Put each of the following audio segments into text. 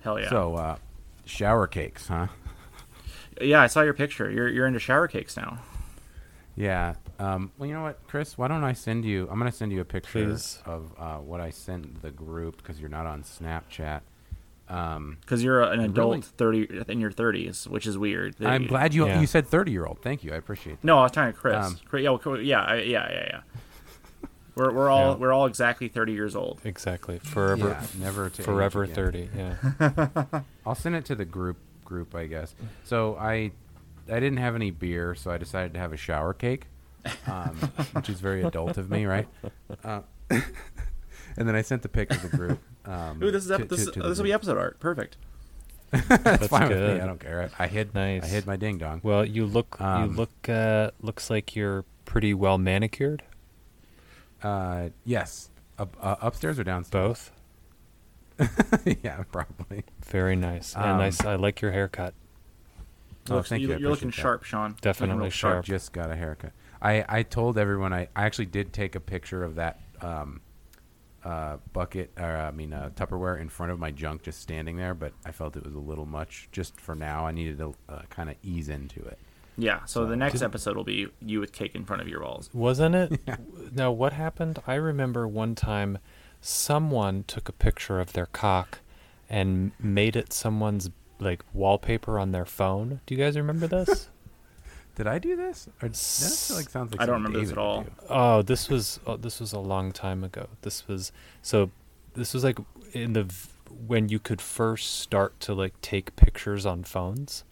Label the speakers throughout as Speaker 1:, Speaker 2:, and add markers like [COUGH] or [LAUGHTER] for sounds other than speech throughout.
Speaker 1: Hell yeah.
Speaker 2: So, uh, shower cakes, huh?
Speaker 1: yeah, I saw your picture. You're you're into shower cakes now.
Speaker 2: Yeah. Um, well, you know what, Chris? Why don't I send you? I'm going to send you a picture
Speaker 3: Please.
Speaker 2: of uh, what I sent the group because you're not on Snapchat.
Speaker 1: Because you're an
Speaker 2: Really?
Speaker 1: adult, thirty in your thirties, which is weird. that
Speaker 2: I'm
Speaker 1: you-
Speaker 2: glad you
Speaker 3: Yeah.
Speaker 2: you said 30 year old. Thank you. I appreciate that.
Speaker 1: No, I was talking to Chris.
Speaker 2: Um,
Speaker 1: Chris yeah, well, Chris- yeah, I- yeah, yeah, yeah. We're we're all
Speaker 3: Yeah.
Speaker 1: we're all exactly thirty years old.
Speaker 3: Exactly. Forever.
Speaker 2: Yeah, never to age
Speaker 3: Forever
Speaker 2: again.
Speaker 3: thirty. Yeah.
Speaker 2: I'll send it to the group group, I guess. So I I didn't have any beer, so I decided to have a shower cake, um, which is very adult of me, right? Uh, and then I sent the pic to the group. [LAUGHS] Um,
Speaker 1: Ooh, this is
Speaker 2: to-
Speaker 1: ep- this,
Speaker 2: to- to the
Speaker 1: this will be
Speaker 2: group.
Speaker 1: episode art. Perfect.
Speaker 2: [LAUGHS] That's,
Speaker 3: That's
Speaker 2: fine with
Speaker 3: good.
Speaker 2: me. I don't care. I, I hid
Speaker 3: Nice.
Speaker 2: I hid my ding dong.
Speaker 3: Well, you look.
Speaker 2: Um,
Speaker 3: you look. Uh, looks like you're pretty well manicured.
Speaker 2: Uh, yes. Up, uh, upstairs or downstairs?
Speaker 3: Both.
Speaker 2: [LAUGHS] yeah, probably.
Speaker 3: Very nice.
Speaker 2: Um,
Speaker 3: and I, s- I like your haircut.
Speaker 2: Oh,
Speaker 1: Looks-
Speaker 2: thank
Speaker 1: you,
Speaker 2: you, I
Speaker 1: are looking
Speaker 2: appreciate that.
Speaker 1: sharp, Sean. Looking
Speaker 3: Definitely
Speaker 1: real
Speaker 3: sharp.
Speaker 2: Just got a haircut. I, I told everyone I, I actually did take a picture of that um, uh, bucket or I mean uh, Tupperware in front of my junk just standing there, but I felt it was a little much just for now. I needed to uh, kind of ease into it.
Speaker 1: Yeah. So the next
Speaker 3: Did-
Speaker 1: episode will be you with cake in front of your balls.
Speaker 2: [LAUGHS]
Speaker 3: Wasn't it? Now, what happened? I remember one time someone took a picture of their cock and made it someone's like wallpaper on their phone. Do you guys
Speaker 2: [LAUGHS]
Speaker 3: remember this?
Speaker 2: Did I do this? Or that feel like sounds like
Speaker 1: I don't
Speaker 2: something
Speaker 1: remember this
Speaker 2: David
Speaker 1: at
Speaker 2: would
Speaker 1: all.
Speaker 2: do.
Speaker 3: oh, this was oh, this was a long time ago. This was so this was like in the v- when you could first start to like take pictures on phones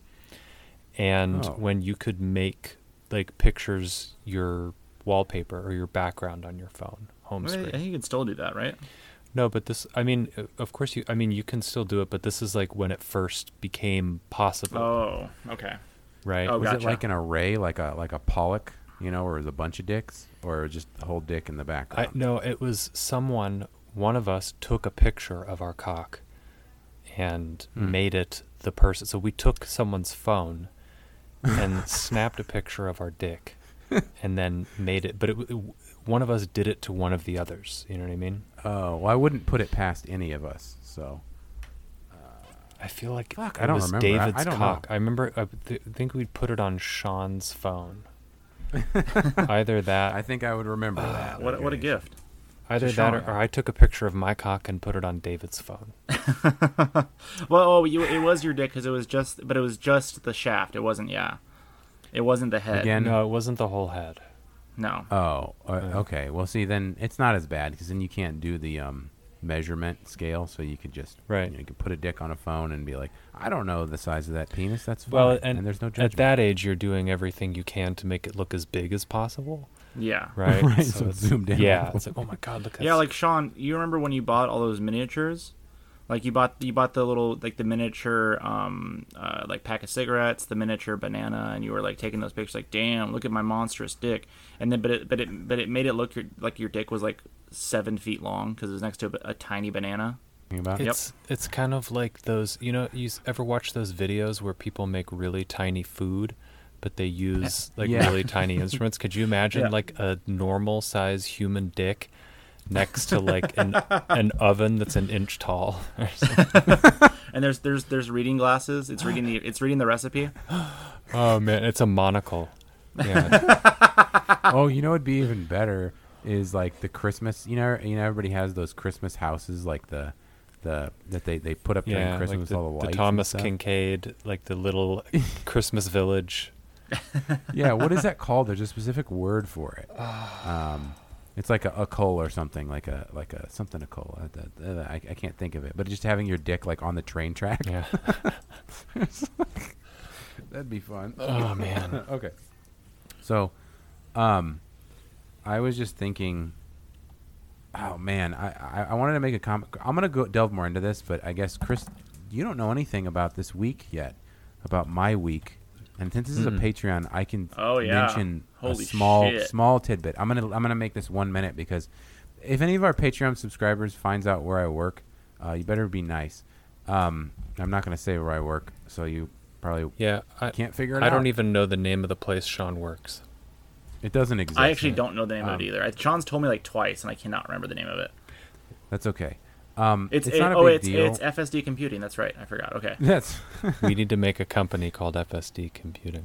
Speaker 3: and
Speaker 2: Oh.
Speaker 3: when you could make like pictures your wallpaper or your background on your phone home
Speaker 1: I
Speaker 3: screen.
Speaker 1: think you can still do that, right?
Speaker 3: No, but this, I mean, uh, of course you, I mean, you can still do it, but this is like when it first became possible,
Speaker 1: Oh, okay.
Speaker 3: right?
Speaker 1: oh,
Speaker 2: Was
Speaker 1: Gotcha.
Speaker 2: it like an array, like a like a pollock, you know, where it was a bunch of dicks, or just the whole dick in the
Speaker 3: I,
Speaker 2: background?
Speaker 3: no, it was someone, one of us took a picture of our cock and
Speaker 2: Hmm.
Speaker 3: made it the person. So we took someone's phone
Speaker 2: [LAUGHS]
Speaker 3: and snapped a picture of our dick and then made it, but it, w- it, w- one of us did it to one of the others. You know what I mean?
Speaker 2: Oh, well, I wouldn't put it past any of us. So
Speaker 3: I feel like
Speaker 2: Fuck,
Speaker 3: it
Speaker 2: I don't
Speaker 3: was
Speaker 2: remember. I-
Speaker 3: David's
Speaker 2: I don't know.
Speaker 3: cock. I remember. I th- think we put it on
Speaker 2: [LAUGHS]
Speaker 3: Sean's phone. either that,
Speaker 2: I think I would remember that.
Speaker 1: Ah, What what a
Speaker 2: okay.
Speaker 1: gift.
Speaker 3: either
Speaker 2: Sean.
Speaker 3: that, or, or I took a picture of my cock and put it on David's phone.
Speaker 1: Well, oh, you, it was your dick because it was just, but it was just the shaft. It wasn't. Yeah. It wasn't the head.
Speaker 2: Again,
Speaker 3: No, it wasn't the whole head.
Speaker 1: No.
Speaker 2: Oh, uh, okay. Well, see, then it's not as bad because then you can't do the um, measurement scale, so you could just
Speaker 3: Right.
Speaker 2: You, know, you could put a dick on a phone and be like, I don't know the size of that penis. That's fine.
Speaker 3: Well, and,
Speaker 2: there's no
Speaker 3: at
Speaker 2: judgment.
Speaker 3: that age, you're doing everything you can to make it look as big
Speaker 2: [LAUGHS]
Speaker 3: as possible,
Speaker 1: yeah.
Speaker 3: right?
Speaker 2: Right, so it's
Speaker 3: it's-
Speaker 2: zoomed in a
Speaker 3: Yeah,
Speaker 2: little
Speaker 3: it's like, oh my god, look. at
Speaker 1: Yeah, like Sean, you remember when you bought all those miniatures? Like you bought you bought the little like the miniature um uh, like pack of cigarettes, the miniature banana, and you were like taking those pictures like, damn, look at my monstrous dick. And then but it but it but it made it look your like your dick was like seven feet long because it was next to a, a tiny banana.
Speaker 2: Thinking about it.
Speaker 3: It's it's kind of like those you know you s- ever watch those videos where people make really tiny food, but
Speaker 1: [LAUGHS]
Speaker 3: they use like
Speaker 2: Yeah.
Speaker 3: really tiny instruments. Could you imagine
Speaker 1: Yeah.
Speaker 3: like a normal size human dick next to like an an oven that's an
Speaker 2: [LAUGHS]
Speaker 3: inch tall? or something?
Speaker 1: And there's there's there's reading glasses. It's reading the it's reading the recipe.
Speaker 3: oh man, it's a monocle. Yeah,
Speaker 2: oh, you know what'd be even better is like the Christmas. You know, you know, everybody has those Christmas houses, like the the that they they put up during
Speaker 3: yeah.
Speaker 2: Christmas
Speaker 3: Like
Speaker 2: with
Speaker 3: the,
Speaker 2: all the
Speaker 3: the
Speaker 2: lights. and
Speaker 3: Thomas
Speaker 2: stuff.
Speaker 3: Kincaid, like
Speaker 2: [LAUGHS]
Speaker 3: the little Christmas village.
Speaker 2: yeah, what
Speaker 3: [LAUGHS]
Speaker 2: is that called? There's a specific word for it. Um,
Speaker 3: Ah.
Speaker 2: it's like a, a coal or something, like a like a something a coal. Uh, the- the- I, I can't think of it, but just having your dick like on the train track,
Speaker 3: Yeah.
Speaker 2: [LAUGHS] that'd be fun.
Speaker 3: [LAUGHS] oh man.
Speaker 2: okay. So, um, I was just thinking. Oh man, I, I I wanted to make a comment. I'm gonna go delve more into this, but I guess Chris, you don't know anything about this week yet, about my week, and since this is a Patreon, I can
Speaker 1: Oh, yeah.
Speaker 2: mention a
Speaker 1: Holy
Speaker 2: small
Speaker 1: shit.
Speaker 2: small tidbit. I'm gonna I'm gonna make this one minute because if any of our Patreon subscribers finds out where I work, uh, you better be nice. Um, I'm not gonna say where I work, so you probably
Speaker 3: Yeah, I
Speaker 2: can't figure it
Speaker 3: I
Speaker 2: out.
Speaker 3: don't even know the name of the place Sean works.
Speaker 2: It doesn't exist. Um,
Speaker 1: I actually don't know the name of it either. I, Sean's told me like twice, and I cannot remember the name of it.
Speaker 2: That's okay. [LAUGHS] Um,
Speaker 1: It's,
Speaker 2: it's,
Speaker 1: it-
Speaker 2: not a
Speaker 1: oh,
Speaker 2: big
Speaker 1: it's,
Speaker 2: deal.
Speaker 1: it's FSD computing. That's right. I forgot. Okay.
Speaker 2: That's
Speaker 3: we need to make a company called FSD Computing.